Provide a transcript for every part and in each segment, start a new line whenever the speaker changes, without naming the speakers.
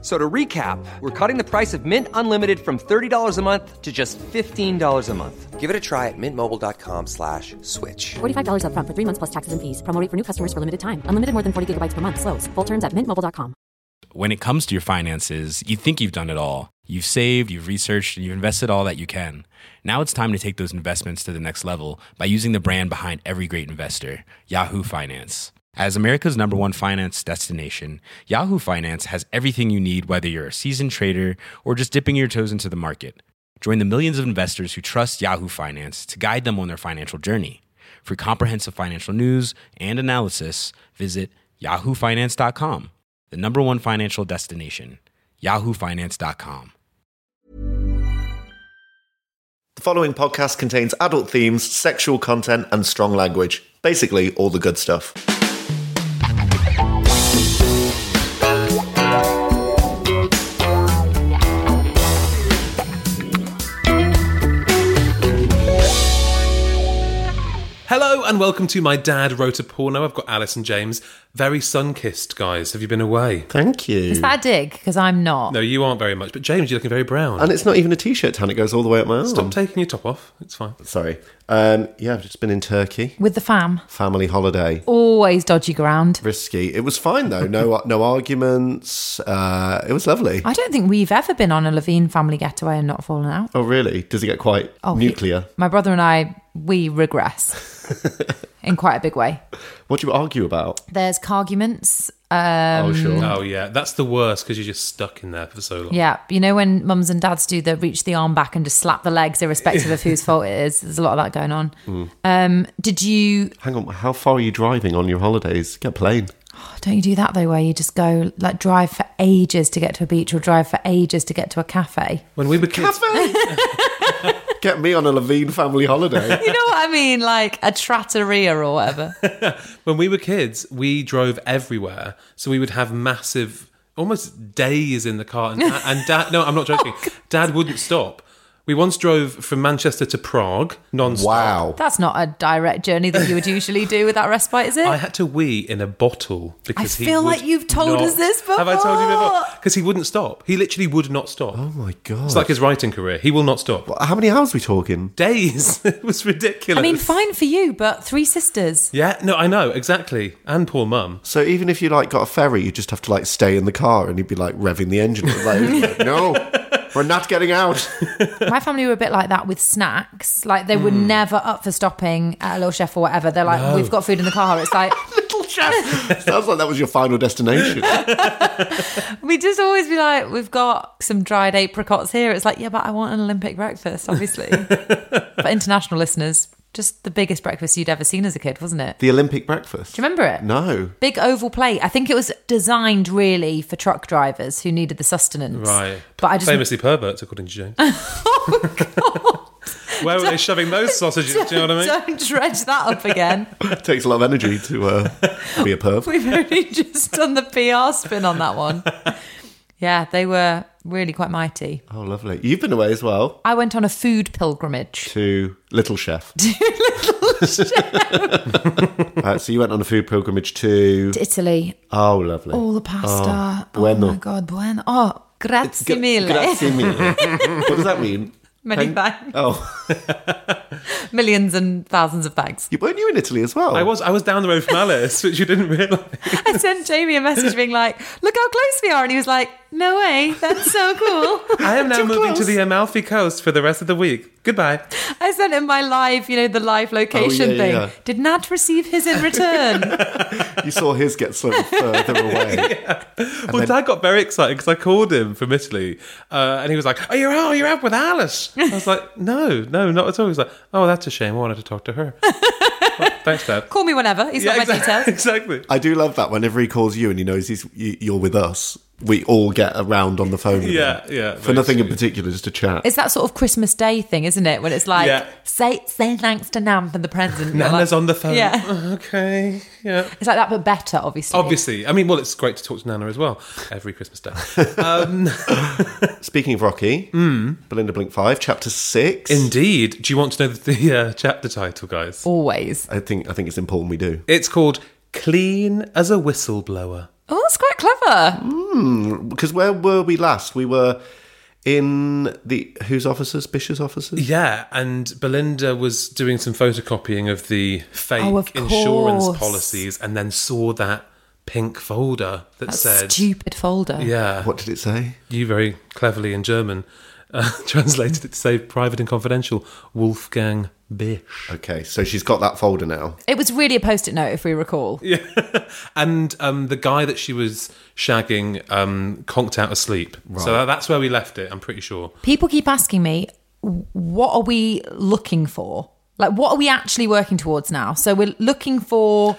So to recap, we're cutting the price of Mint Unlimited from $30 a month to just $15 a month. Give it a try at mintmobile.com slash switch.
Oh
$45 upfront for three months plus taxes and fees. Promo rate for new customers for limited time. Unlimited more than 40 gigabytes per month. Slows. Full terms at mintmobile.com.
when it comes to your finances, you think you've done it all. You've saved, you've researched, and you've invested all that you can. Now it's time to take those investments to the next level by using the brand behind every great investor, Yahoo Finance. As America's number one finance destination, Yahoo Finance has everything you need, whether you're a seasoned trader or just dipping your toes into the market. Join the millions of investors who trust Yahoo Finance to guide them on their financial journey. For comprehensive financial news and analysis, visit yahoofinance.com, the number one financial destination, yahoofinance.com.
The following podcast contains adult themes, sexual content, and strong language. Basically, all the good stuff.
Hello and welcome to My Dad Wrote a Porno. I've got Alice and James. Very sun kissed, guys. Have you been away?
Thank you.
Is that a dig? Because I'm not.
No, you aren't very much, but James, you're looking very brown.
and it's not even a t-shirt, Tan. It goes all the way up my arm.
Stop taking your top off. It's fine.
Sorry. Um, yeah, I've just been in Turkey.
With the fam.
Family holiday.
Always dodgy ground.
Risky. It was fine though. No, no arguments. Uh, it was lovely.
I don't think we've ever been on a Levine family getaway and not fallen out.
Oh, really? Does it get quite
he-
nuclear?
my brother and I, we regress in quite a big way.
What do you argue about?
There's carguments. Um,
oh, sure.
Oh, yeah. That's the worst because you're just stuck in there for so long.
yeah, you know when mums and dads do the reach the arm back and just slap the legs, irrespective of whose fault it is. There's a lot of that going on. Um, did you?
Hang on. How far are you driving on your holidays? Get a plane.
oh, don't you do that though, where you just go like drive for ages to get to a beach or drive for ages to get to a cafe?
When we were kids,
Get me on a Levine family holiday.
You know what I mean, like a trattoria or whatever.
when we were kids, we drove everywhere. So we would have massive, almost days in the car. And, and dad, no, I'm not joking.
Oh,
Dad wouldn't stop. We once drove from Manchester to Prague non-stop.
wow.
That's not a direct journey that you would usually do without respite, is it?
I had to wee in a bottle because he
feel
would
like you've told
not-
us this
Have I told you
before?
before? Because he wouldn't stop. He literally would not stop.
Oh my god.
It's like his writing career. He will not stop.
How many hours are we talking?
Days. it was ridiculous.
I mean, fine for you, but three sisters.
Yeah, no, I know, exactly. And poor mum.
So even if you like got a ferry, you just have to like stay in the car, and you'd be like revving the engine. Like, no, we're not getting out.
My family were a bit like that with snacks. Like they
Hmm.
were never up for stopping at a little chef or whatever. They're like, we've got food in the car. It's like
Little chef. Sounds like that was your final destination.
we just always be like, we've got some dried apricots here. It's like, yeah, but I want an Olympic breakfast, obviously. For international listeners, just the biggest breakfast you'd ever seen as a kid, wasn't it?
The Olympic breakfast.
Do you remember it?
No.
Big oval plate. I think it was designed really for truck drivers who needed the sustenance.
Right.
But I just
Famously perverts, according to James.
Oh,
Where were they shoving those sausages? Do you know what I mean?
Don't dredge that up again.
It takes a lot of energy to uh, be a perv.
We've only just done the PR spin on that one. Yeah, they were really quite mighty.
Oh, lovely. You've been away as well
I went on a food pilgrimage.
to Little Chef. To Little Chef. uh, so you went on a food pilgrimage to.
to Italy,
Oh, lovely.
all the pasta.
Oh, bueno.
Oh my god, bueno. Oh, grazie
Gra-
mille.
Grazie mille. what does that mean?
Many
Thank-
thanks.
Oh,
Millions and thousands of thanks.
you weren't you in Italy as well?
I was I was down the road from Alice, which you didn't realise.
I sent Jamie a message being like, look how close we are. And he was like, no way, that's so cool.
I am now
Too
moving to
close.
the Amalfi Coast for the rest of the week. Goodbye.
I sent him my live, you know, the
Oh,
live location
yeah,
thing.
yeah.
Did not receive his in return.
You saw his get slightly further away.
well, Dad got very excited because I called him from Italy, uh, and he was like, "Oh, you're out, you're out with Alice." I was like, "No, no, not at all." He was like, "Oh, that's a shame. I wanted to talk to her." Well, thanks, Dad.
Call me whenever. He's got my
exactly,
details.
exactly.
I do love that whenever he calls you and he knows he's you, you're with us. we all get around on the phone. with
Yeah,
them.
yeah,
For
very
nothing in
sweet.
particular, just to chat.
It's that sort of Christmas Day thing, isn't it? When it's like,
Yeah.
say say thanks to Nam for the present.
Nana's
Like-
on the phone.
Yeah.
Okay. Yeah.
It's like that, but better, obviously.
Obviously. I mean, well, it's great to talk to Nana as well every Christmas day.
Speaking of Rocky,
Mm.
Belinda Blink 5, Chapter 6.
Indeed. Do you want to know the, the uh, chapter title, guys?
Always.
I think I think it's important we do.
It's called Clean as a Whistleblower.
Oh, that's quite clever.
Because where were we last? We were in the whose officers? Bishop's officers?
Yeah, and Belinda was doing some photocopying of the fake
Oh, of
insurance
course.
policies and then saw that pink folder that
That
said,
stupid folder.
Yeah,
What did it say?
you very cleverly in German uh, translated it to say private and confidential Wolfgang Bisch.
Okay, so she's got that folder now.
It was really a post-it note, if we recall.
And um, the guy that she was shagging um, conked out asleep. So that, that's where we left it, I'm pretty sure.
People keep asking me, what are we looking for? Like, what are we actually working towards now? So we're looking for.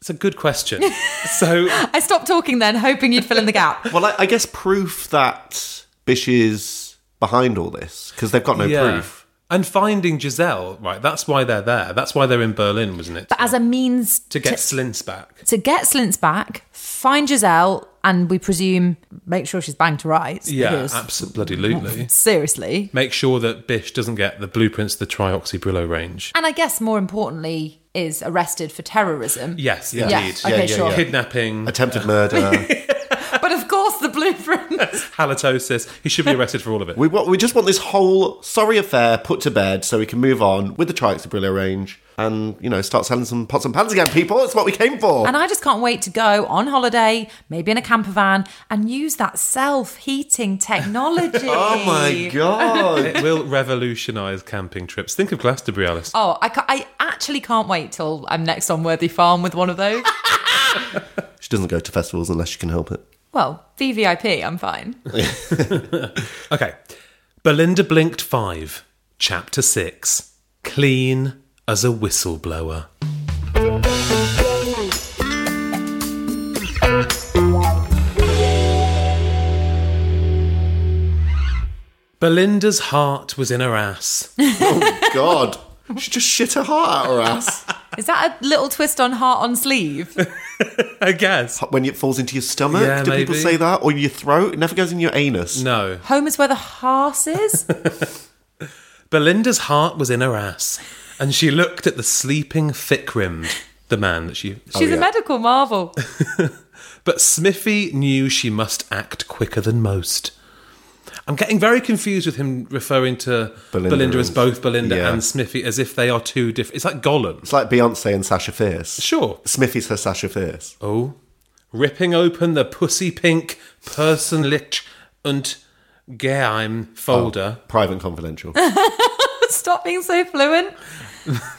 It's a good question. so
I stopped talking then, hoping you'd fill in the gap.
Well, I, I guess proof that Bish is behind all this because they've got no proof.
And finding Giselle, right? That's why they're there. That's why they're in Berlin, wasn't it?
But as a means
to get Slints back.
to get Slintz back, find Giselle, and we presume make sure she's banged to rights.
Yeah,
because-
absolutely.
Seriously.
Make sure that Bish doesn't get the blueprints of the Trioxybrillo range.
And I guess more importantly, is arrested for terrorism.
Yes,
Yeah.
indeed.
Okay,
yeah,
sure.
yeah.
Kidnapping,
Attempted murder.
But of course, the blueprint.
halitosis. He should be arrested for all of it.
we want, we just want this whole sorry affair put to bed so we can move on with the Trixabrillo range and you know start selling some pots and pans again, people. It's what we came for.
and I just can't wait to go on holiday, maybe in a camper van, and use that self heating technology.
oh my god!
it will revolutionise camping trips. Think of Glastonbury, Alice.
Oh, I, ca- I actually can't wait till I'm next on Worthy Farm with one of those.
she doesn't go to festivals unless she can help it.
well, VVIP, I'm fine.
Okay. Belinda Blinked 5, Chapter 6 Clean as a Whistleblower. Belinda's heart was in her ass.
God, she just shit her heart out her ass
Is that a little twist on heart on sleeve?
I guess.
when it falls into your stomach.
Yeah,
Do people
maybe.
say that or your throat? It never goes in your anus.
No.
Home is where the hearse is?
Oh, Belinda's heart was in her ass, and she looked at the sleeping thick rimmed, the man that she
She's a medical marvel.
But Smithy knew she must act quicker than most. I'm getting very confused with him referring to Belinda,
Belinda
as
and-
both Belinda
yeah.
and Smithy as if they are two different. It's like Gollum.
It's like Beyonce and Sasha Fierce.
Sure.
Smithy's her Sasha Fierce.
Oh. Ripping open the pussy pink personlich und geheim folder.
Private and confidential.
Stop being so fluent.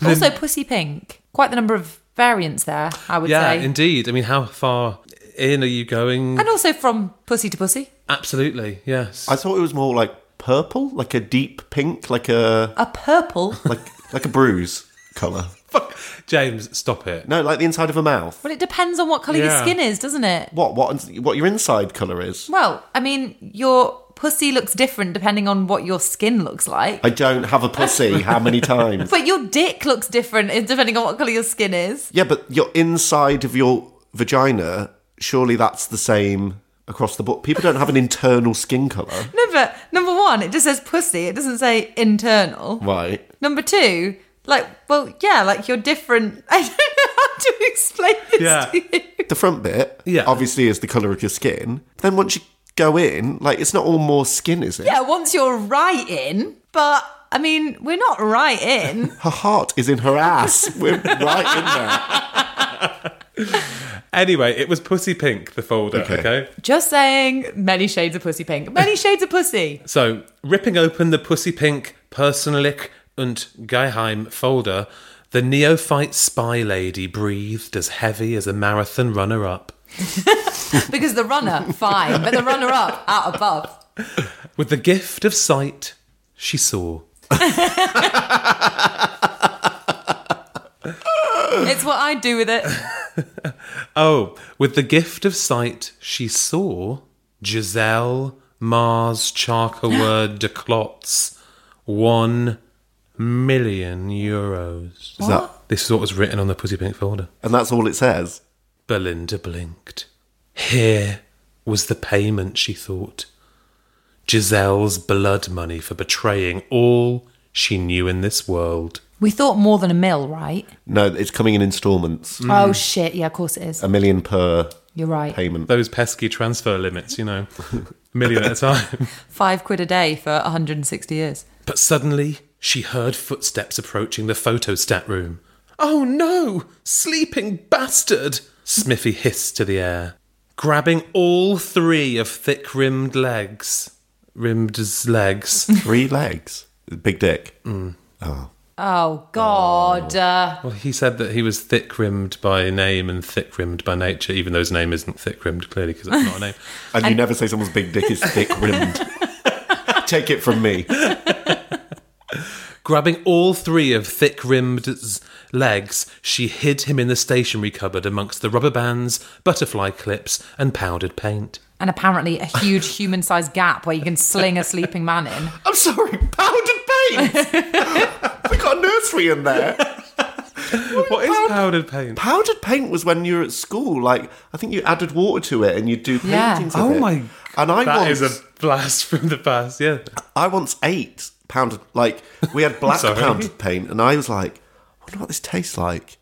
also, Pussy Pink. Quite the number of variants there, I would
yeah,
say.
indeed. I mean, how far in are you going?
and also from pussy to pussy,
Absolutely, yes.
I thought it was more like purple, like a deep pink, like a
a purple.
like like a bruise colour.
Fuck. James, stop it.
No, like the inside of a mouth.
well, it depends on what colour your
Yeah.
skin is, doesn't it?
What what what your inside colour is?
Well, I mean, your pussy looks different depending on what your skin looks like.
I don't have a pussy. How many times?
but your dick looks different depending on what colour your skin is.
Yeah, but your inside of your vagina. Surely that's the same across the board. People don't have an internal skin colour,
No, but number one, it just says pussy. It doesn't say internal.
right?
Number two, like, well, yeah, like you're different. I don't know how to explain this
Yeah.
to you.
The front bit,
Yeah.
obviously is the colour of your skin. Then once you go in, like it's not all more skin, is it?
Yeah, once you're right in, but I mean, we're not right in.
Her heart is in her ass. We're right in there.
Anyway, it was Pussy Pink, the folder,
Okay.
okay?
Just saying, many shades of pussy pink. Many shades of pussy.
So, ripping open the pussy pink Personlich und Geheim folder, the neophyte spy lady breathed as heavy as a marathon runner up.
Because the runner, fine, but the runner up, out above.
With the gift of sight, she saw.
It's what I do with it.
Oh, with the gift of sight, she saw Giselle Mars Charcaward de Clots, one million euros.
Is that,
This is what was written on the Pussy Pink folder.
and that's all it says.
Belinda blinked. Here was the payment, she thought. Giselle's blood money for betraying all she knew in this world.
We thought more than a mil, right?
No, it's coming in installments.
Oh shit! Yeah, of course it is.
A million per
You're right.
payment.
Those pesky transfer limits, you know, a million at a time.
Five quid a day for 160 years.
But suddenly, she heard footsteps approaching the photostat room. Oh no! Sleeping bastard! Smithy hissed to the air, grabbing all three of thick rimmed legs. Rimmed as legs.
Three legs. Big dick.
Oh god. Uh,
Well, he said that he was thick rimmed by name and thick rimmed by nature, even though his name isn't thick rimmed, clearly, because it's not a name.
And you never say someone's big dick is thick rimmed. Take it from me.
Grabbing all three of thick rimmed's legs, she hid him in the stationery cupboard amongst the rubber bands, butterfly clips, and powdered paint.
and apparently a huge human-sized gap where you can sling a sleeping man in.
I'm sorry, powdered paint. we got a nursery in there.
What is powdered paint?
Powdered paint was when you were at school. Like I think you added water to it and you'd do
Yeah.
paintings.
Oh
of it.
my!
And I
That
once,
is a blast from the past. Yeah,
I once ate pounded. Like we had black
Sorry.
pounded paint, and I was like, I wonder what this tastes like.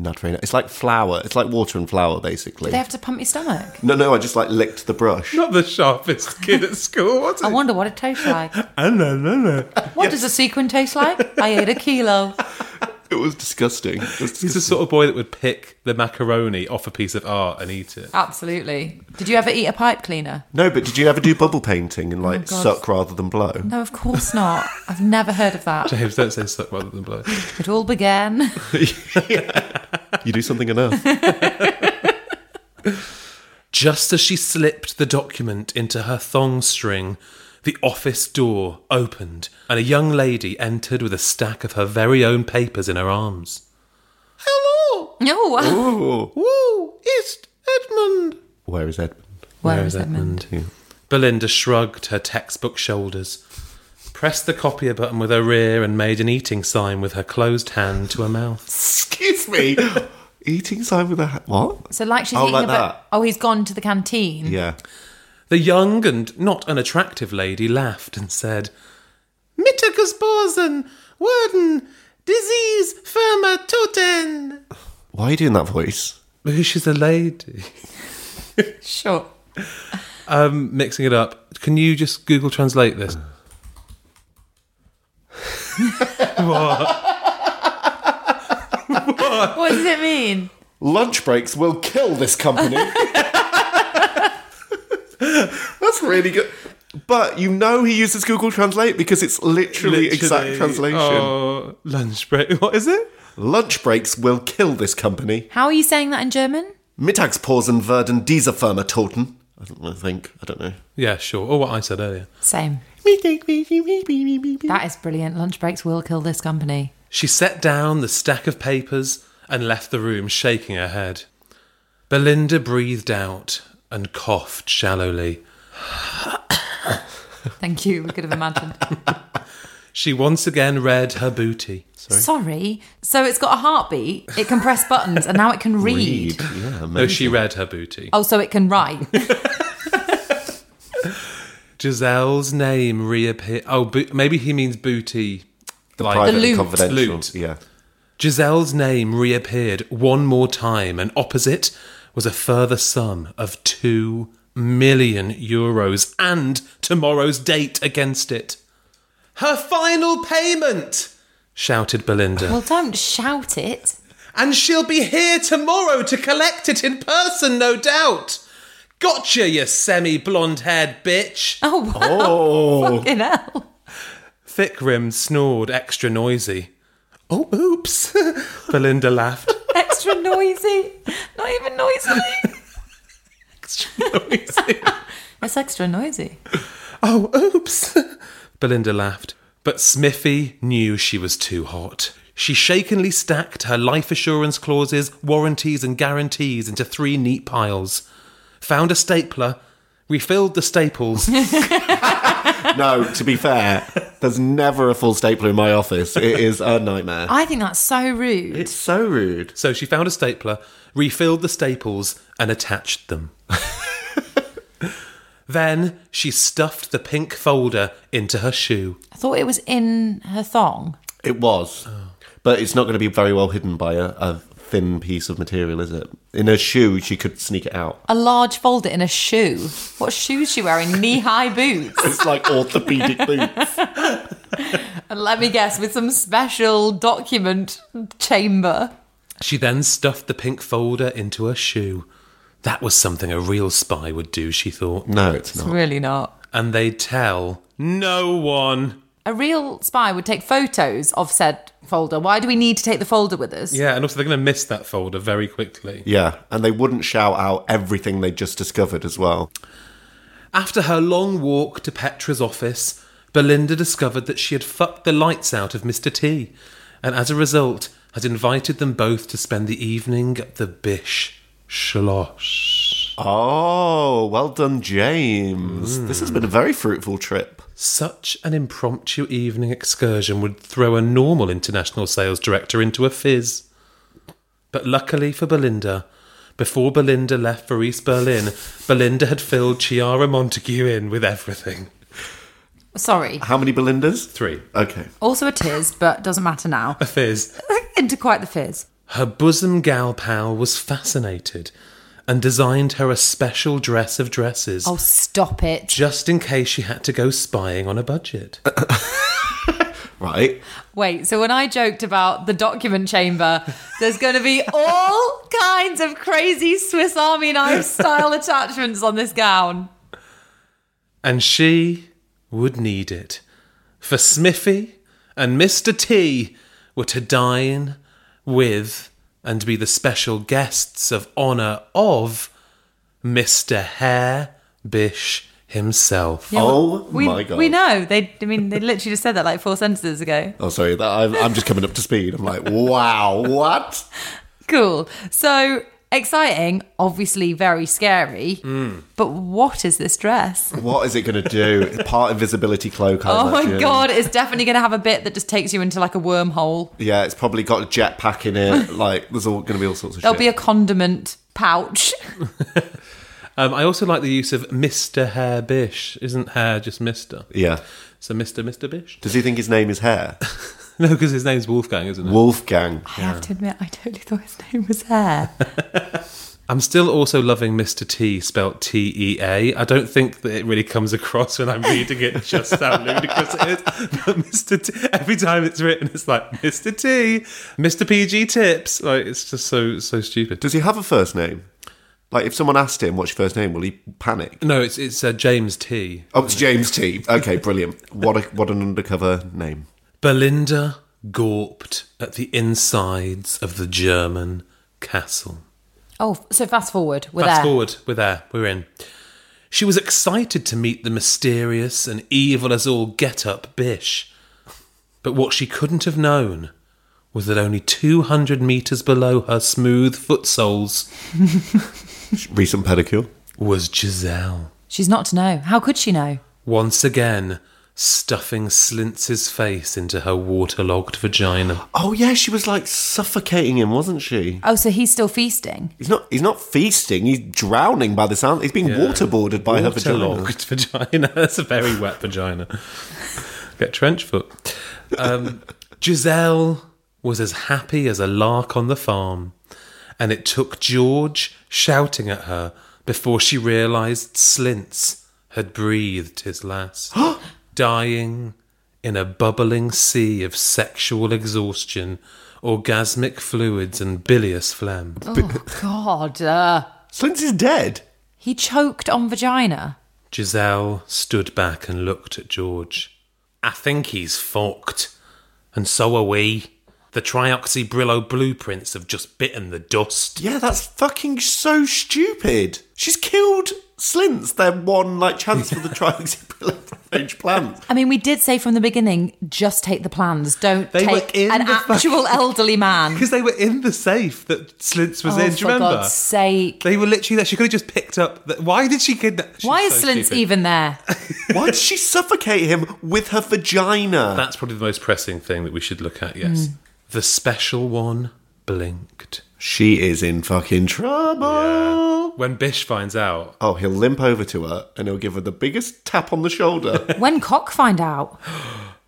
Not really. It's like flour. It's like water and flour, basically.
They have to pump your stomach.
no, no. I just like licked the brush.
not the sharpest kid at school. What's
I
it?
wonder what it tastes like.
I don't know.
What does a sequin taste like? I ate a kilo.
It was disgusting. It was
He's the
disgusting.
sort of boy that would pick the macaroni off a piece of art and eat it.
Absolutely. Did you ever eat a pipe cleaner?
No, but did you ever do bubble painting and like
God.
suck rather than blow?
No, of course not. I've never heard of that.
James, don't say suck rather than blow.
It all began.
You do something enough.
Just as she slipped the document into her thong string, the office door opened and a young lady entered with a stack of her very own papers in her arms. Hello!
Oh,
No.
Woo! It's Edmund!
Where is Edmund?
Where is Edmund?
Belinda shrugged her textbook shoulders, pressed the copier button with her rear, and made an eating sign with her closed hand to her mouth.
Excuse me. Eating sign with a ha- what?
So, like, she's
Oh,
eating
like
a
that.
Oh, he's gone to the canteen.
Yeah.
The young and not unattractive lady laughed and said, Mitakusborsen, Worden, disease firma toten.
Why are you doing that voice?
Because she's a lady.
Sure.
Um, mixing it up. Can you just Google translate this?
What does it mean?
Lunch breaks will kill this company. That's really good. But you know he uses Google Translate because it's literally, exact translation.
Oh, lunch break. What is it?
Lunch breaks will kill this company.
How are you saying that in German?
Mittagspausen werden diese Firma toten. I don't know, I think. I don't know.
Yeah, sure. Or what I said earlier.
Same. That is brilliant. Lunch breaks will kill this company.
She set down the stack of papers and left the room, shaking her head. Belinda breathed out and coughed shallowly.
Thank you. We could have imagined.
She once again read her booty.
Sorry. So it's got a heartbeat. It can press buttons, and now it can read.
Read. Yeah,
No,
amazing.
she read her booty.
Oh, so it can write.
Giselle's name reappeared. Oh, bo- maybe he means booty. like-
Private and
loot.
confidential.
Loot.
Yeah.
Giselle's name reappeared one more time, and opposite was a further sum of two million euros and tomorrow's date against it. Her final payment! shouted Belinda.
well, don't shout it.
and she'll be here tomorrow to collect it in person, no doubt! Gotcha, you semi blonde haired bitch!
Oh, wow. Fucking hell.
Thick rim snored extra noisy. Oh, oops! Belinda laughed.
Extra noisy. Not even noisily.
noisy.
It's extra noisy.
Oh, oops. Belinda laughed. But Smithy knew she was too hot. She shakenly stacked her life assurance clauses, warranties, and guarantees into three neat piles, found a stapler, We filled the staples.
No, to be fair, there's never a full stapler in my office. It is a nightmare.
I think that's so rude.
It's so rude.
so she found a stapler, refilled the staples, and attached them. then she stuffed the pink folder into her shoe.
I thought it was in her thong.
It was. But it's not going to be very well hidden by a, a thin piece of material, is it? In her shoe, she could sneak it out.
A large folder in a shoe. What shoes she wearing? Knee high boots.
It's like orthopedic boots.
And let me guess, with some special document chamber.
She then stuffed the pink folder into her shoe. That was something a real spy would do, she thought.
No, it's not.
Really not.
And they'd tell no one.
A real spy would take photos of said folder. Why do we need to take the folder with us?
Yeah, and also they're going to miss that folder very quickly.
Yeah, and they wouldn't shout out everything they just discovered as well.
After her long walk to Petra's office, Belinda discovered that she had fucked the lights out of Mr. T, and as a result, had invited them both to spend the evening at the Bish Schloss.
Oh, well done, James. This has been a very fruitful trip.
Such an impromptu evening excursion would throw a normal international sales director into a fizz. But luckily for Belinda, before Belinda left for East Berlin, Belinda had filled Chiara Montague in with everything.
Sorry.
How many Belindas?
Three.
Okay.
Also a tiz, but doesn't matter now.
A fizz.
Into quite the fizz.
Her bosom gal pal was fascinated and designed her a special dress of dresses
Oh, stop it.
just in case she had to go spying on a budget.
Right.
Wait, so when I joked about the document chamber, there's going to be all kinds of crazy Swiss Army knife style attachments on this gown.
and she would need it. For Smithy and Mr. T were to dine with and be the special guests of honour of Mr. Hare Bish himself.
oh
We,
my god.
we know. They, I mean, they literally just said that like four sentences ago.
Oh, sorry. That, I'm, I'm just coming up to speed. I'm like, wow, what?
Cool. So exciting, obviously very scary.
Hmm.
But what is this dress?
What is it going to do? Part invisibility cloak. I
Oh my
imagine.
god, it's definitely going to have a bit that just takes you into like a wormhole.
Yeah, it's probably got a jetpack in it. Like, there's all going to be all sorts of
There'll
shit.
be a condiment pouch.
Um, I also like the use of Mr. Hare Bish. Isn't Hare just Mr.?
yeah.
So Mr. Mr. Bish?
Does he think his name is Hair?
No, because his name's Wolfgang, isn't it?
Wolfgang.
I have to admit, I totally thought his name was Hair.
I'm still also loving Mr. T, spelt T E A. I don't think that it really comes across when I'm reading it just how ludicrous it is. But Mr. T, every time it's written, it's like Mr. T, Mr. PG tips. Like it's just so so stupid.
Does he have a first name? Like, if someone asked him, what's your first name? Will he panic?
No, it's it's uh, James T.
Oh, it's James T. Okay, brilliant. What a, what an undercover name.
Belinda gawped at the insides of the German castle.
Oh, so fast forward. We're
Fast
there.
forward, we're there, we're in. She was excited to meet the mysterious and evil as all get up Bish. But what she couldn't have known was that only 200 metres below her smooth footsoles
Recent pedicure.
was Giselle.
She's not to know. How could she know?
Once again, stuffing Slintz's face into her waterlogged vagina.
Oh yeah, she was like suffocating him, wasn't she?
Oh, so he's still feasting.
He's not. He's not feasting. He's drowning by the sound. He's being waterboarded by her vagina.
Waterlogged vagina. That's a very wet vagina. Get trench foot. Um, Giselle was as happy as a lark on the farm, and it took George shouting at her before she realised Slintz had breathed his last, dying in a bubbling sea of sexual exhaustion, orgasmic fluids, and bilious phlegm.
Oh God, uh,
Slintz is dead.
he choked on vagina.
Giselle stood back and looked at George. I think he's fucked. And so are we. The Trioxybrillo blueprints have just bitten the dust.
Yeah, that's fucking so stupid. She's killed Slintz. Their one like chance for the trials. page plans.
I mean, we did say from the beginning, just take the plans. Don't
They were
take
in
an
the fucking-
actual elderly man.
Because they were in the safe that Slintz was
Oh,
in. Do you
for
remember?
God's sake.
They were literally there. She could have just picked up. The, why did she kidnap? she's
Why is
so
Slintz
stupid.
even there?
Why did she suffocate him with her vagina?
That's probably the most pressing thing that we should look at.
Hmm.
Yes, the special one blinked.
she is in fucking trouble.
When Bish finds out,
Oh, he'll limp over to her and he'll give her the biggest tap on the shoulder.
when Cock find out?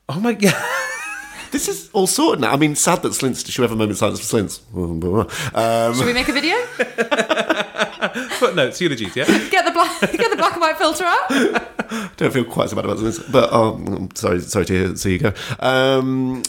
oh my god,
this is all sorted now. I mean, sad that Slintz. Did you have a moment of silence for Slintz? Um,
Should we make a video?
footnotes, eulogies. Yeah,
Get the black, get the black and white filter out.
don't feel quite so bad about this, but um, I'm sorry, sorry to hear, see you go. Um,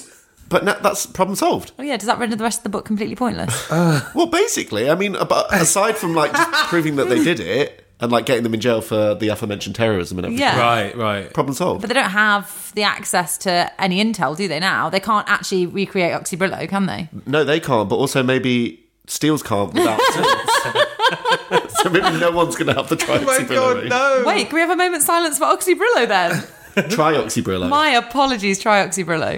but na- that's problem solved.
Oh yeah, does that render the rest of the book completely pointless?
Well, basically, I mean, abo- aside from like just proving that they did it and like getting them in jail for the aforementioned terrorism and everything,
Yeah.
right, right.
problem solved.
But they don't have the access to any intel, do they? Now they can't actually recreate Oxybrillo, can they?
no, they can't. But also maybe Steels can't without. Steels. so maybe no one's going to have to try
Oh my god, no.
Wait, can we have a moment's silence for Oxybrillo then?
Try Oxybrillo.
My apologies, try Oxybrillo.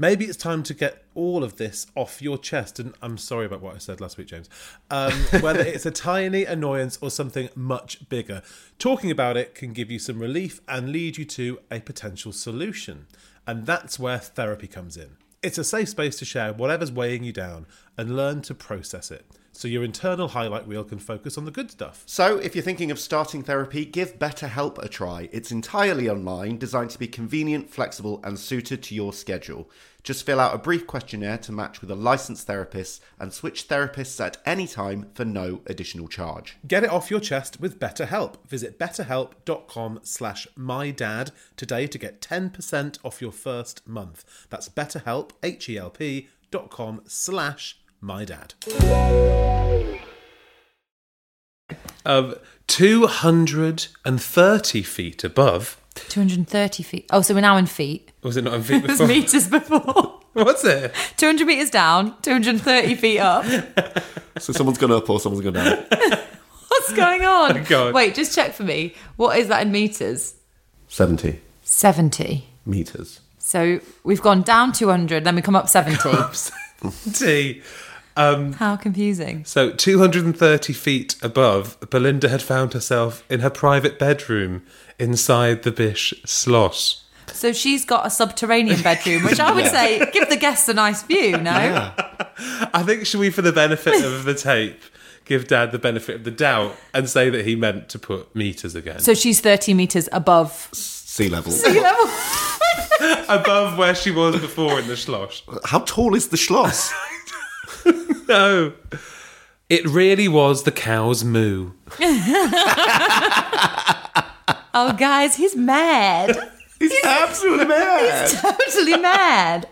Maybe it's time to get all of this off your chest. And I'm sorry about what I said last week, James. Um, whether it's a tiny annoyance or something much bigger, talking about it can give you some relief and lead you to a potential solution. And that's where therapy comes in. It's a safe space to share whatever's weighing you down and learn to process it so your internal highlight reel can focus on the good stuff.
So, if you're thinking of starting therapy, give BetterHelp a try. It's entirely online, designed to be convenient, flexible, and suited to your schedule. Just fill out a brief questionnaire to match with a licensed therapist and switch therapists at any time for no additional charge.
Get it off your chest with BetterHelp. Visit betterhelp.com slash mydad today to get 10% off your first month. That's betterhelp, H-E-L-P dot com slash mydad.
Um, two hundred and thirty feet above.
Two hundred and thirty feet. Oh, so we're now in feet.
Was it not in feet
It was
before?
meters before.
What's it?
Two hundred meters down. Two hundred and thirty feet up.
So, someone's gone up or someone's gone down.
What's going on?
God.
Wait, just check for me. What is that in meters?
70
Seventy.
meters.
So we've gone down two hundred, then we come up seventy.
T.
How confusing.
So, 230 feet above, Belinda had found herself in her private bedroom inside the Bish Sloss.
So she's got a subterranean bedroom, which I would say give the guests a nice view. No,
I think, should we, for the benefit of the tape, give Dad the benefit of the doubt and say that he meant to put meters again?
so she's thirty meters above
Sea level.
sea level.
above where she was before in the Slosh.
How tall is the Schloss?
No. It really was the cow's moo.
Oh, guys, he's mad.
He's absolutely mad.
totally mad.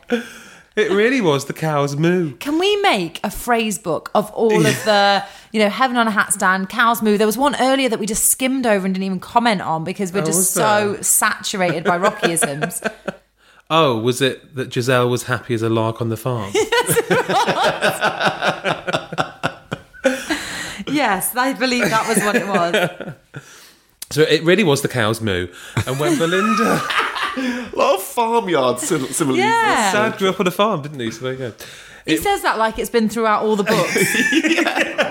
It really was the cow's moo.
Can we make a phrase book of all of the, you know, heaven on a hat stand, cows moo? There was one earlier that we just skimmed over and didn't even comment on because we're
Oh,
just
was
so
there?
saturated by Rockyisms.
Oh, was it that Giselle was happy as a lark on the farm?
yes, I believe that was what it was.
so it really was the cow's moo. And when Belinda.
A lot of farmyard sim- similes.
Yeah.
Dad grew up on a farm, didn't he? So there you go.
He says that like it's been throughout all the books.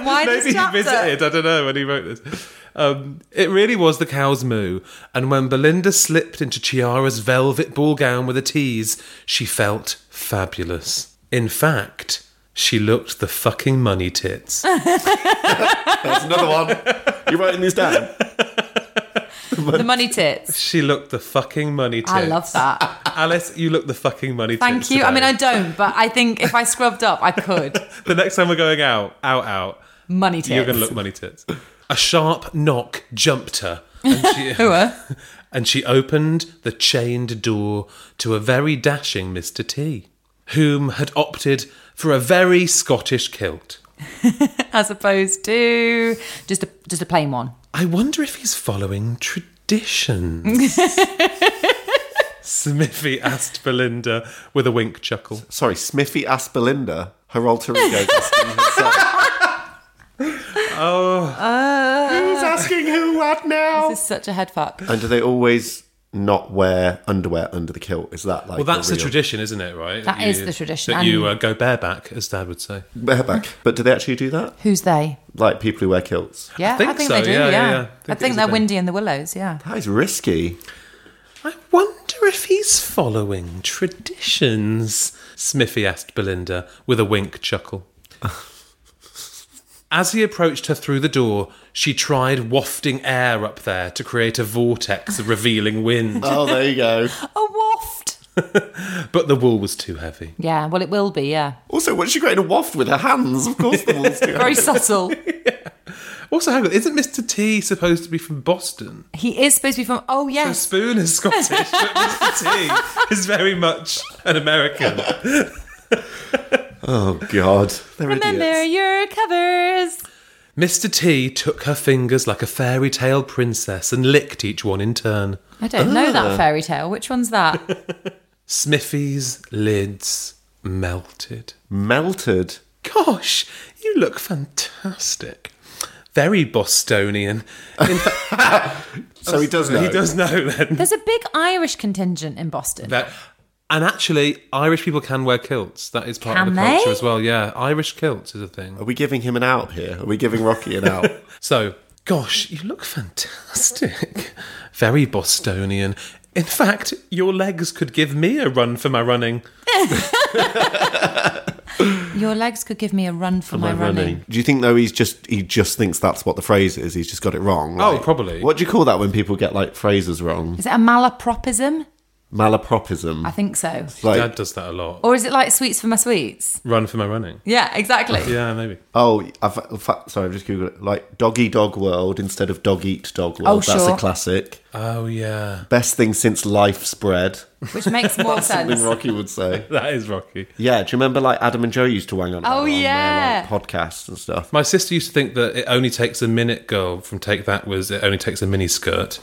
Why
Maybe
this
he
chapter?
visited. I don't know when he wrote this. Um, it really was the cow's moo, and when Belinda slipped into Chiara's velvet ball gown with a tease, she felt fabulous. In fact, she looked the fucking money tits.
Ah.
That's another one. You're writing these down.
The money tits.
she looked the fucking money tits.
I love that.
Alice, you look the fucking money tits.
Thank you. I mean,
today.
I don't, but I think if I scrubbed up, I could.
The next time we're going out, out, out,
Money tits.
you're going to look money tits. A sharp knock jumped her. And she, and she opened the chained door to a very dashing Mr. T, whom had opted for a very Scottish kilt.
as opposed to just a just a plain one.
I wonder if he's following traditions. Smithy asked Belinda with a wink chuckle.
Sorry, Smithy asked Belinda, her alter ego. asking herself. Who's Oh. asking who what now?
This is such a head fuck.
And do they always not wear underwear under the kilt? Is that like
Well, that's the
real
tradition, isn't it, right?
That is the tradition,
That you
and-
uh, go bareback, as Dad would say.
bareback? But do they actually do that?
Who's they?
Like people who wear kilts?
Yeah, I
think
think,
so.
they do.
Yeah,
Yeah,
yeah, yeah. I think
I
it
think
is a
they're
thing.
windy in the willows. Yeah,
That is risky.
I wonder if he's following traditions, Smithy asked Belinda with a wink chuckle. As he approached her through the door, she tried wafting air up there to create a vortex of revealing wind,
Oh, there you go.
a waft.
but the wool was too heavy.
Yeah, well, it will be. Yeah,
Also, once she created a waft with her hands, of course the walls do.
very subtle.
Also, hang on, isn't Mr. T supposed to be from Boston?
He is supposed to be from. Oh
The
yes,
spoon is Scottish, but Mr. T is very much an American.
Oh God, they're
remember
idiots.
your covers.
Mr. T took her fingers like a fairy tale princess and licked each one in turn.
I don't know that fairy tale. Which one's that?
Smithy's lids melted.
Melted.
Gosh, you look fantastic. Very Bostonian. In fact,
So he does know.
he does know then
There's a big Irish contingent in Boston.
that. And actually, Irish people can wear kilts. That is part of
Can
the
they?
culture as well. Yeah, Irish kilts is a thing.
Are we giving him an out here? Are we giving Rocky an out?
So, gosh, you look fantastic. Very Bostonian. In fact, your legs could give me a run for my running.
Your legs could give me a run for, my, running.
Do you think though he's just he just thinks that's what the phrase is? He's just got it wrong.
Oh,
Like,
probably.
What do you call that when people get like phrases wrong?
Is it a malapropism? I
Malapropism.
think so.
Like
Dad does that a lot.
Or is it like sweets for my sweets?
Run for my running.
Yeah, exactly.
Yeah, maybe.
oh, I've, in fact- sorry, I've just googled it. Like dog eat dog world instead of dog eat dog world.
Oh,
that's a
sure.
classic.
Oh, yeah.
Best thing since life's bread.
Which makes more
Something
sense.
Rocky would say.
That is Rocky.
Yeah, do you remember like Adam and Joe used to wang on? about
Oh,
that on their,
yeah.
like, podcasts and stuff.
My sister used to think that it only takes a minute, girl, from Take That was it only takes a mini skirt.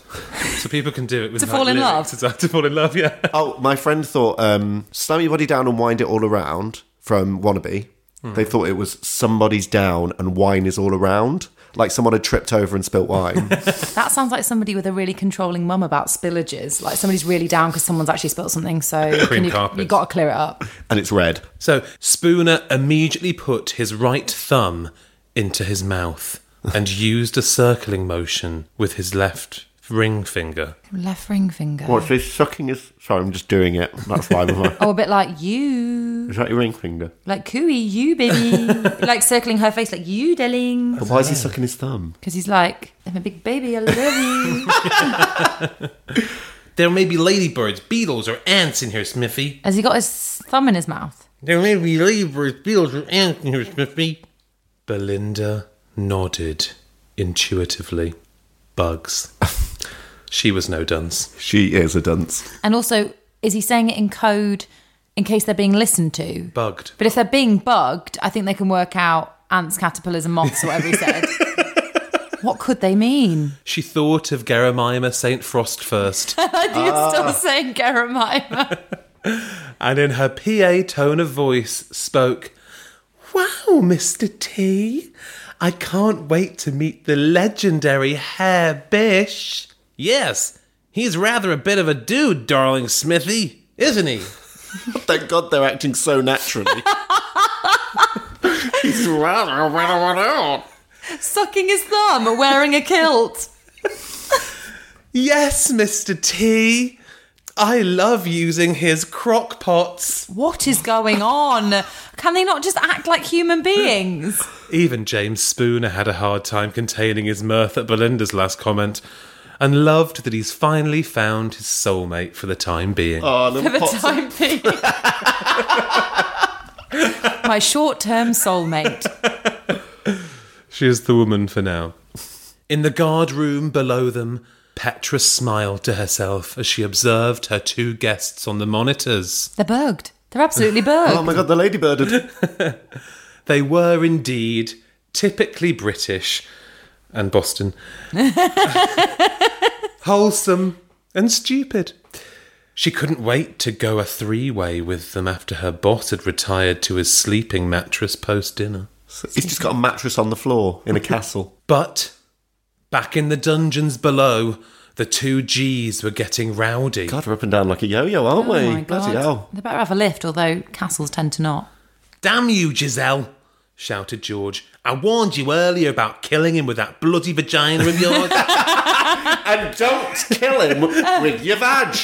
So people can do it with
To
like,
fall in
lyrics. love. To fall in love, yeah.
Oh, my friend thought um, "Slam Your Body Down and Wind It All Around" from Wannabe.
Hmm.
They thought it was "Somebody's Down and Wine Is All Around," like someone had tripped over and spilt wine.
That sounds like somebody with a really controlling mum about spillages. Like somebody's really down because someone's actually spilled something. So
Cream
you,
carpets.
you got to clear it up.
and it's red.
So Spooner immediately put his right thumb into his mouth and used a circling motion with his left ring finger.
Left ring finger.
What's this sucking is? Sorry, I'm just doing it. That's why. am I?
Oh, a bit like you,
Is that your ring finger?
like cooey, you baby, like circling her face, like you, darling,
But why is he sucking his thumb?
because he's like, I'm a big baby, I love you.
There may be ladybirds, beetles, or ants in here, Smithy.
Has he got his thumb in his mouth?
There may be ladybirds, beetles, or ants in here, Smithy. Belinda nodded intuitively. Bugs. she was no dunce.
She is a dunce.
And also, is he saying it in code in case they're being listened to?
Bugged.
But if they're being bugged, I think they can work out ants, caterpillars, and moths, or whatever he said. what could they mean?
She thought of Geramima St. Frost first.
You're still saying Jeremiah.
and in her PA tone of voice spoke, Wow, Mr. T, I can't wait to meet the legendary Herr Bish. Yes, he's rather a bit of a dude, darling Smithy, isn't he?
Thank God they're acting so naturally.
Sucking his thumb, wearing a kilt.
Yes, Mr. T. I love using his crock pots.
What is going on? Can they not just act like human beings?
Even James Spooner had a hard time containing his mirth at Belinda's last comment and loved that he's finally found his soulmate for the time being.
Oh, little
for the
pots of-
time being. My short term soulmate.
She is the woman for now. In the guard room below them, Petra smiled to herself as she observed her two guests on the monitors.
They're bugged. They're absolutely
Oh
bugged.
my god, the ladybirded.
They were indeed typically British and Boston. Wholesome and stupid. She couldn't wait to go a three way with them after her boss had retired to his sleeping mattress post dinner.
He's just got a mattress on the floor in a castle.
But back in the dungeons below, the two G's were getting rowdy.
God, we're up and down like a yo-yo, aren't
Oh
we? Bloody hell.
They better have a lift, although castles tend to not.
Damn you, Giselle! shouted George. I warned you earlier about killing him with that bloody vagina of yours.
And don't kill him with your vag.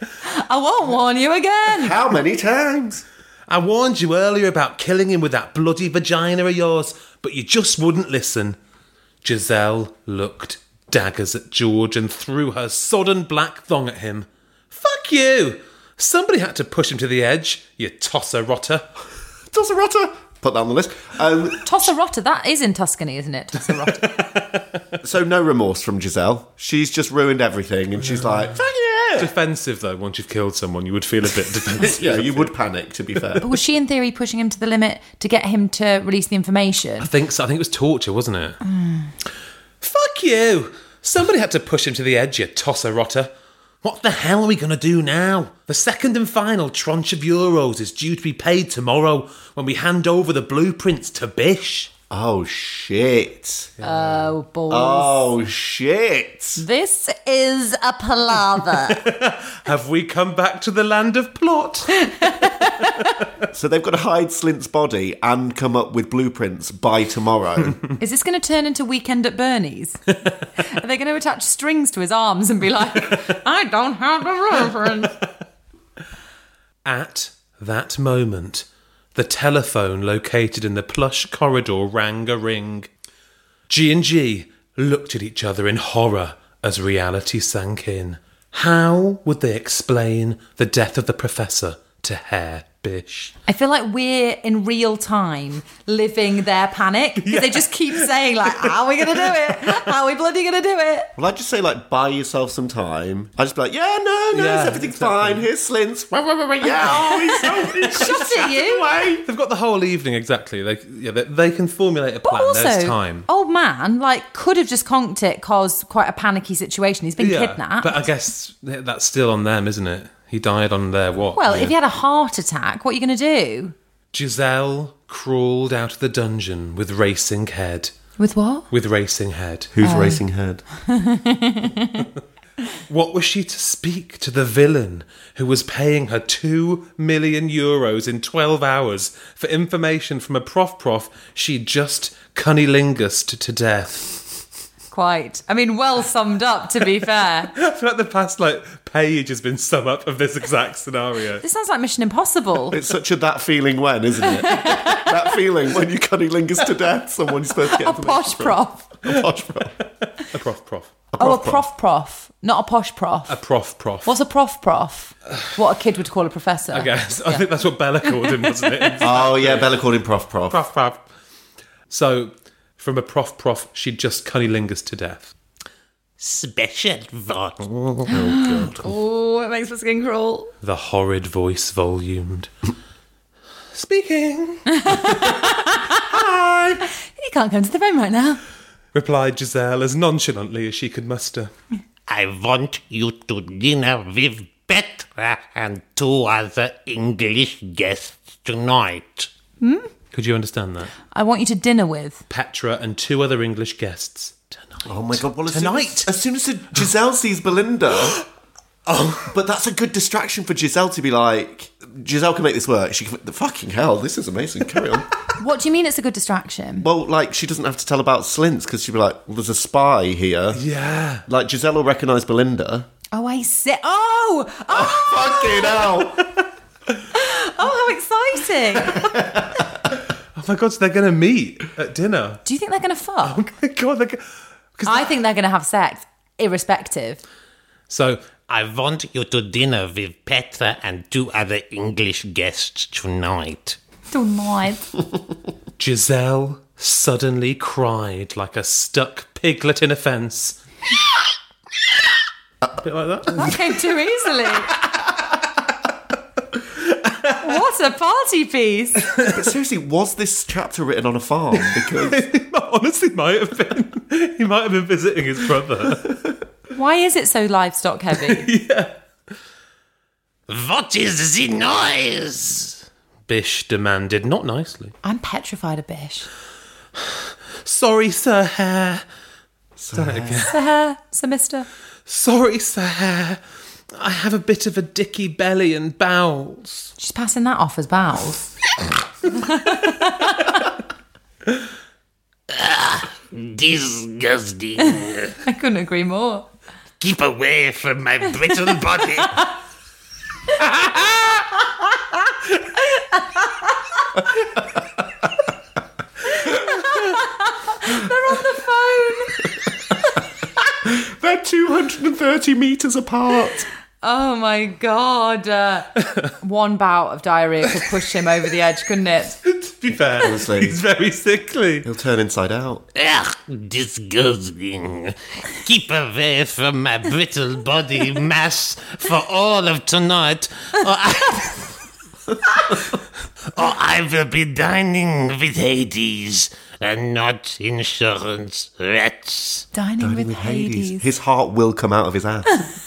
I won't warn you again.
How many times?
I warned you earlier about killing him with that bloody vagina of yours, but you just wouldn't listen. Giselle looked daggers at George and threw her sodden black thong at him. Fuck you! Somebody had to push him to the edge, you tosser rotter.
Tosserata. Put that on the list. Um,
Tosserota, that is in Tuscany, isn't it? Tosserota.
so no remorse from Giselle. She's just ruined everything, and she's like, "Fuck you."
Defensive though, once you've killed someone, you would feel a bit defensive.
Yeah, you would panic. To be fair,
Was she, in theory, pushing him to the limit to get him to release the information?
I think so. I think it was torture, wasn't it? Fuck you! Somebody had to push him to the edge, you tosser rotter. What the hell are we going to do now? The second and final tranche of euros is due to be paid tomorrow when we hand over the blueprints to Bish.
oh shit!
Oh, balls.
Oh shit!
This is a palaver.
Have we come back to the land of plot?
So they've got to hide Slint's body and come up with blueprints by tomorrow.
is this going to turn into Weekend at Bernie's? Are they going to attach strings to his arms and be like, I don't have a reference?
At that moment, the telephone located in the plush corridor rang a ring. G and G looked at each other in horror as reality sank in. How would they explain the death of the professor to Hare Bish?
I feel like we're in real time living their panic 'cause they just keep saying like, "How are we gonna do it? How are we bloody gonna do it?"
well, I'd just say, like, buy yourself some time. I'd just be like, yeah, no, no,
Yeah,
everything's
exactly.
fine. Here's Slint's. Wah, wah, wah, wah, yeah, oh, he's so he's
Shut at you.
away.
They've got the whole evening exactly. They yeah, they, they can formulate a
But
plan. There's
also,
time.
old man like could have just conked it, caused quite a panicky situation. He's been
yeah,
kidnapped.
but uh, I guess that's still on them, isn't it? He died on their watch.
well,
Yeah.
if he had a heart attack, what are you gonna do?
Giselle crawled out of the dungeon with racing head.
With what?
With racing head.
Who's racing head?
What was she to speak to the villain who was paying her two million euros in 12 hours for information from a prof prof she just cunnilingussed to death?
Quite. I mean, well summed up. To be fair,
I feel like the past like page has been sum up of this exact scenario.
this sounds like Mission Impossible.
It's such a that feeling when, isn't it? that feeling when you cunnilingus to death someone you're supposed to get
A
information
posh
from.
prof.
A posh prof.
A prof prof.
Oh, a prof prof, not a posh prof.
A prof prof.
What's a prof prof? What a kid would call a professor.
I guess. I think that's what Bella called him, wasn't it?
Oh, yeah, Bella called him prof prof.
prof prof. So, from a prof prof, she just cunnilingus to death. Special one.
Oh, it makes my skin crawl.
The horrid voice volumed. Speaking,
You can't come to the phone right now.
replied Giselle as nonchalantly as she could muster.
I want you to dinner with Petra and two other English guests tonight.
Could you understand that?
I want you to dinner with.
Petra and two other English guests tonight.
Oh my god! Well, as
Tonight.
soon as, as soon as Giselle sees Belinda, Oh, but that's a good distraction for Giselle to be like, Giselle can make this work. She can, fucking hell, this is amazing. Carry on.
What do you mean it's a good distraction?
well, like she doesn't have to tell about Slints because she'd be like, well, there's a spy here.
Yeah.
Like Giselle will recognise Belinda.
Oh, I see. Oh, oh,
Fucking hell.
oh, how exciting!
Oh my god, so they're gonna meet at dinner.
Do you think they're gonna fuck?
god, they're go-
I think they're gonna have sex, irrespective.
so
I want you to dinner with Petra and two other English guests tonight.
Tonight.
Giselle suddenly cried like a stuck piglet in a fence. Bit like that.
That came too easily. what a party piece!
but seriously, was this chapter written on a farm? Because
Honestly, might have been. He might have been visiting his brother.
Why is it so livestock heavy?
What is the noise?
Bish demanded, not nicely.
I'm petrified of Bish.
Sorry, Sir Hare.
Sir Hare, Sir Mister.
Sorry, Sir Hare. I have a bit of a dicky belly and bowels.
She's passing that off as bowels.
Disgusting.
I couldn't agree more.
Keep away from my brittle body.
they're 230 metres apart.
Oh my god! Uh, one bout of diarrhea could push him over the edge, couldn't it?
To be fair,
Honestly.
he's very sickly.
He'll turn inside out.
Ugh, disgusting. Keep away from my brittle body mass for all of tonight, or I, or I will be dining with Hades and not insurance rats.
Dining, with, Hades.
His heart will come out of his ass.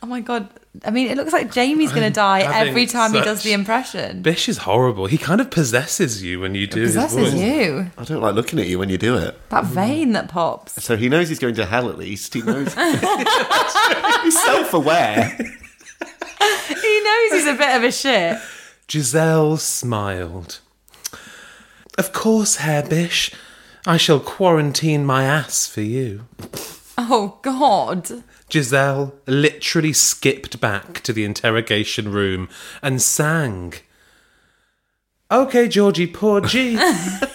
Oh my god! I mean, it looks like Jamie's going to die
having
every time he
such-
does the impression.
Bish is horrible. He kind of possesses you when you do his
Possesses
voice. Oh.
you.
I don't like looking at you when you do it.
That vein that pops.
So he knows he's going to hell at least. He knows. he's self aware.
He knows he's a bit of a shit.
Giselle smiled. Of course, Herr Bish. I shall quarantine my ass for you.
Oh god!
Giselle literally skipped back to the interrogation room and sang. Okay, Georgie, poor G.
to the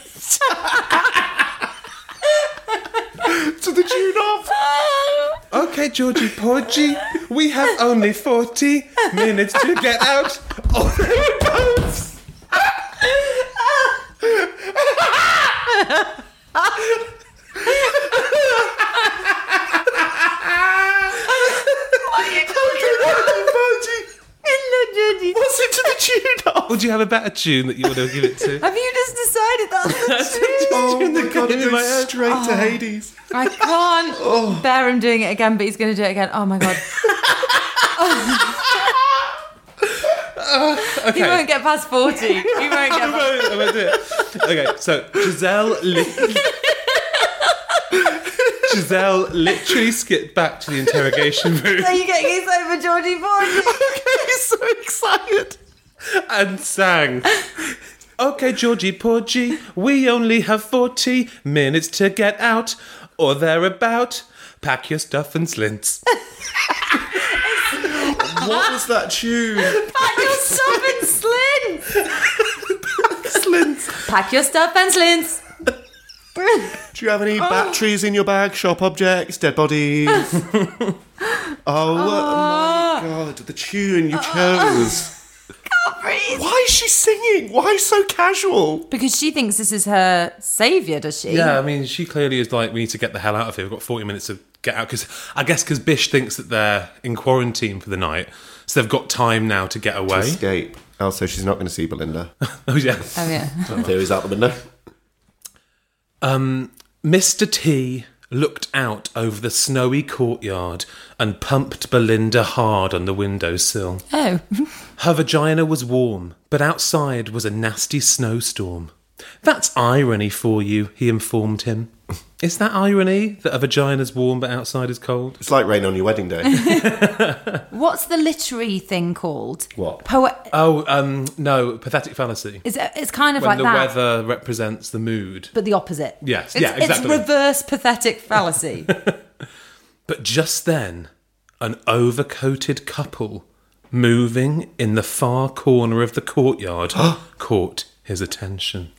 tune of.
Oh,
okay, Georgie, poor G. We have only 40 minutes to get out. Oh, they were both.
What's it to the tune of?
Would you have a better tune that you would have given it to?
Have you just decided that's the truth?
Oh my god,
in
it
my
goes
head. Oh.
straight to Hades.
I can't bear him doing it again, but he's going to do it again. Oh my god! He won't get past forty. He won't get. Past-
Oh, I'm gonna do it. Okay, so Giselle. Li- Giselle literally skipped back to the interrogation room
Are you getting excited for Georgie Porgy?
he's so excited and sang. Okay, Georgie Porgy, we only have 40 minutes to get out, or thereabout. Pack your stuff and slints.
What was that tune?
Pack your stuff and slint.
Excellent.
Pack your stuff and slint.
Do you have
Ah.
any batteries in your bag? Shop objects? Dead bodies? oh,
uh,
Ah.
my god, the tune you chose. Why is she singing? Why so casual?
Because she thinks this is her savior, does she?
Yeah, I mean, she clearly is like, we need to get the hell out of here. We've got 40 minutes to get out. Because I guess because Bish thinks that they're in quarantine for the night, so they've got time now to get away.
Escape. Oh, so she's not going to see Belinda.
Oh, yeah.
Oh yeah.
Theories out the window.
Mr. T looked out over the snowy courtyard and pumped Belinda hard on the windowsill.
Oh.
Her vagina was warm, but outside was a nasty snowstorm. That's irony for you, he informed him. Is that irony that a vagina's warm but outside is cold?
It's like rain on your wedding day.
What's the literary thing called?
What?
Poet.
Oh, um, no, pathetic fallacy.
Is it, it's kind of
when
like
the
that,
weather represents the mood.
but the opposite.
Yes,
It's,
yeah, exactly.
It's reverse pathetic fallacy.
But just then, an overcoated couple moving in the far corner of the courtyard caught his attention.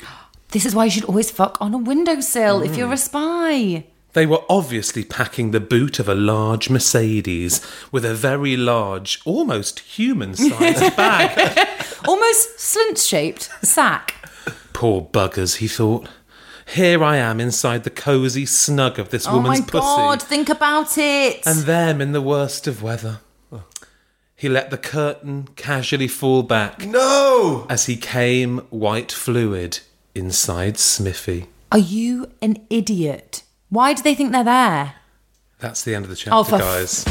this is why you should always fuck on a windowsill if you're a spy.
They were obviously packing the boot of a large Mercedes with a very large, almost human sized bag.
Almost slint shaped sack.
Poor buggers, he thought. Here I am inside the cosy snug of this
Oh my
woman's pussy.
god, think about it.
and them in the worst of weather. He let the curtain casually fall back
no!
as he came white fluid inside Smithy.
Are you an idiot? Why do they think they're there?
That's the end of the chapter,
Oh, for
guys.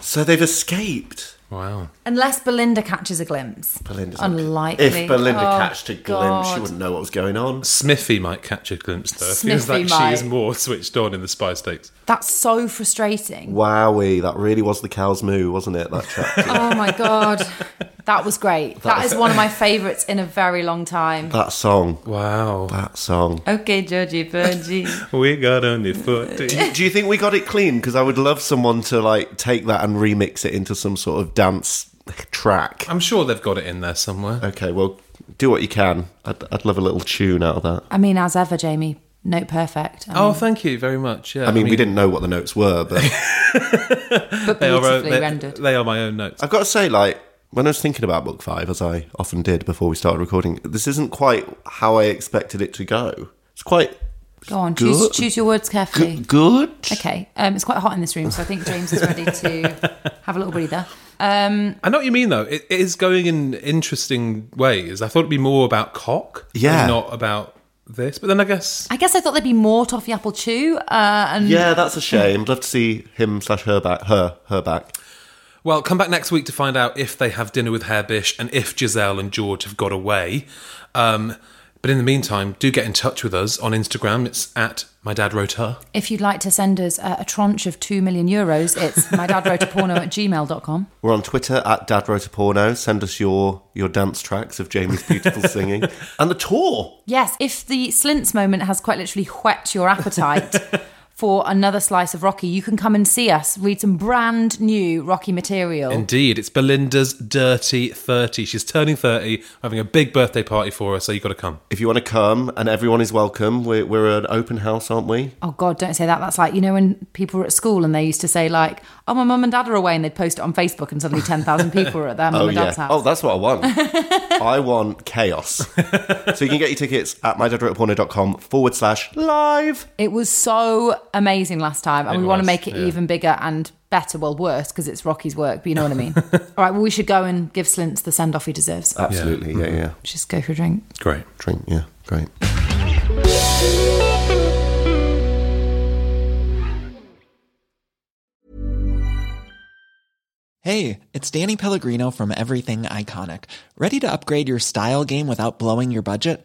So they've escaped.
wow.
Unless Belinda catches a glimpse.
Belinda's not-
Unlikely.
If Belinda
Oh,
catched a glimpse, she
God.
wouldn't know what was going on.
Smithy might catch a glimpse though. Feels
Smithy
like
might.
she's more switched on in the spy stakes.
That's so frustrating.
Wowie, that really was the cow's moo, wasn't it? That chapter.
Oh my god, that was great. that is one of my favourites in a very long time.
that song.
Wow.
That song.
Okay, Georgie Burgie.
We got only 40.
Do you think we got it clean? Because I would love someone to like take that and remix it into some sort of dance track.
I'm sure they've got it in there somewhere.
Okay, well, do what you can. I'd, I'd love a little tune out of that.
I mean, as ever, Jamie, note perfect. I mean,
Oh, thank you very much. Yeah,
I mean, we didn't know what the notes were, but
but
They are, uh,
beautifully
they-
rendered.
they are my own notes.
I've got to say, like, when I was thinking about book five, as I often did before we started recording, this isn't quite how I expected it to go. It's quite
Go on, choose,
Good.
choose your words carefully.
g- good.
Okay, um, it's quite hot in this room, so I think James is ready to have a little breather. Um,
I know what you mean, though. It, it is going in interesting ways. I thought it'd be more about cock, and
Yeah.
not about this. But then I guess
I guess I thought there'd be more toffee apple chew, uh, and
Yeah, that's a shame. I'd love to see him slash her back, her, her back.
Well, come back next week to find out if they have dinner with Hairbish and if Giselle and George have got away. Um, but in the meantime, do get in touch with us on Instagram. It's at my dad wrote her.
if you'd like to send us uh, a, a tranche of two million euros, it's my dad wrote a porno at gmail.com.
We're on Twitter at Dad Wrote a Porno. Send us your your dance tracks of Jamie's beautiful singing and the tour.
Yes, if the Slints moment has quite literally whet your appetite for another slice of Rocky, you can come and see us read some brand new Rocky material.
Indeed, it's Belinda's dirty 30. She's turning 30, having a big birthday party for her, so you got to come.
If you want to come, and everyone is welcome. We're, we're an open house, aren't we?
Oh God, don't say that. That's like you know when people were at school and they used to say like, "Oh, my mum and dad are away," and they'd post it on Facebook, and suddenly ten thousand people were at their mum and dad's house.
Oh, that's what I want. I want chaos. so you can get your tickets at mydadwroteaporno.com forward slash live.
It was so amazing last time, and we want to
was,
make it
yeah.
even bigger and better. Well, worse because it's Rocky's work, but you know what I mean. All right, well, we should go and give Slints the send off he deserves.
Absolutely, yeah, yeah.
Just go for a drink.
Great.
Drink, yeah, great.
Hey, it's Danny Pellegrino from Everything Iconic. Ready to upgrade your style game without blowing your budget?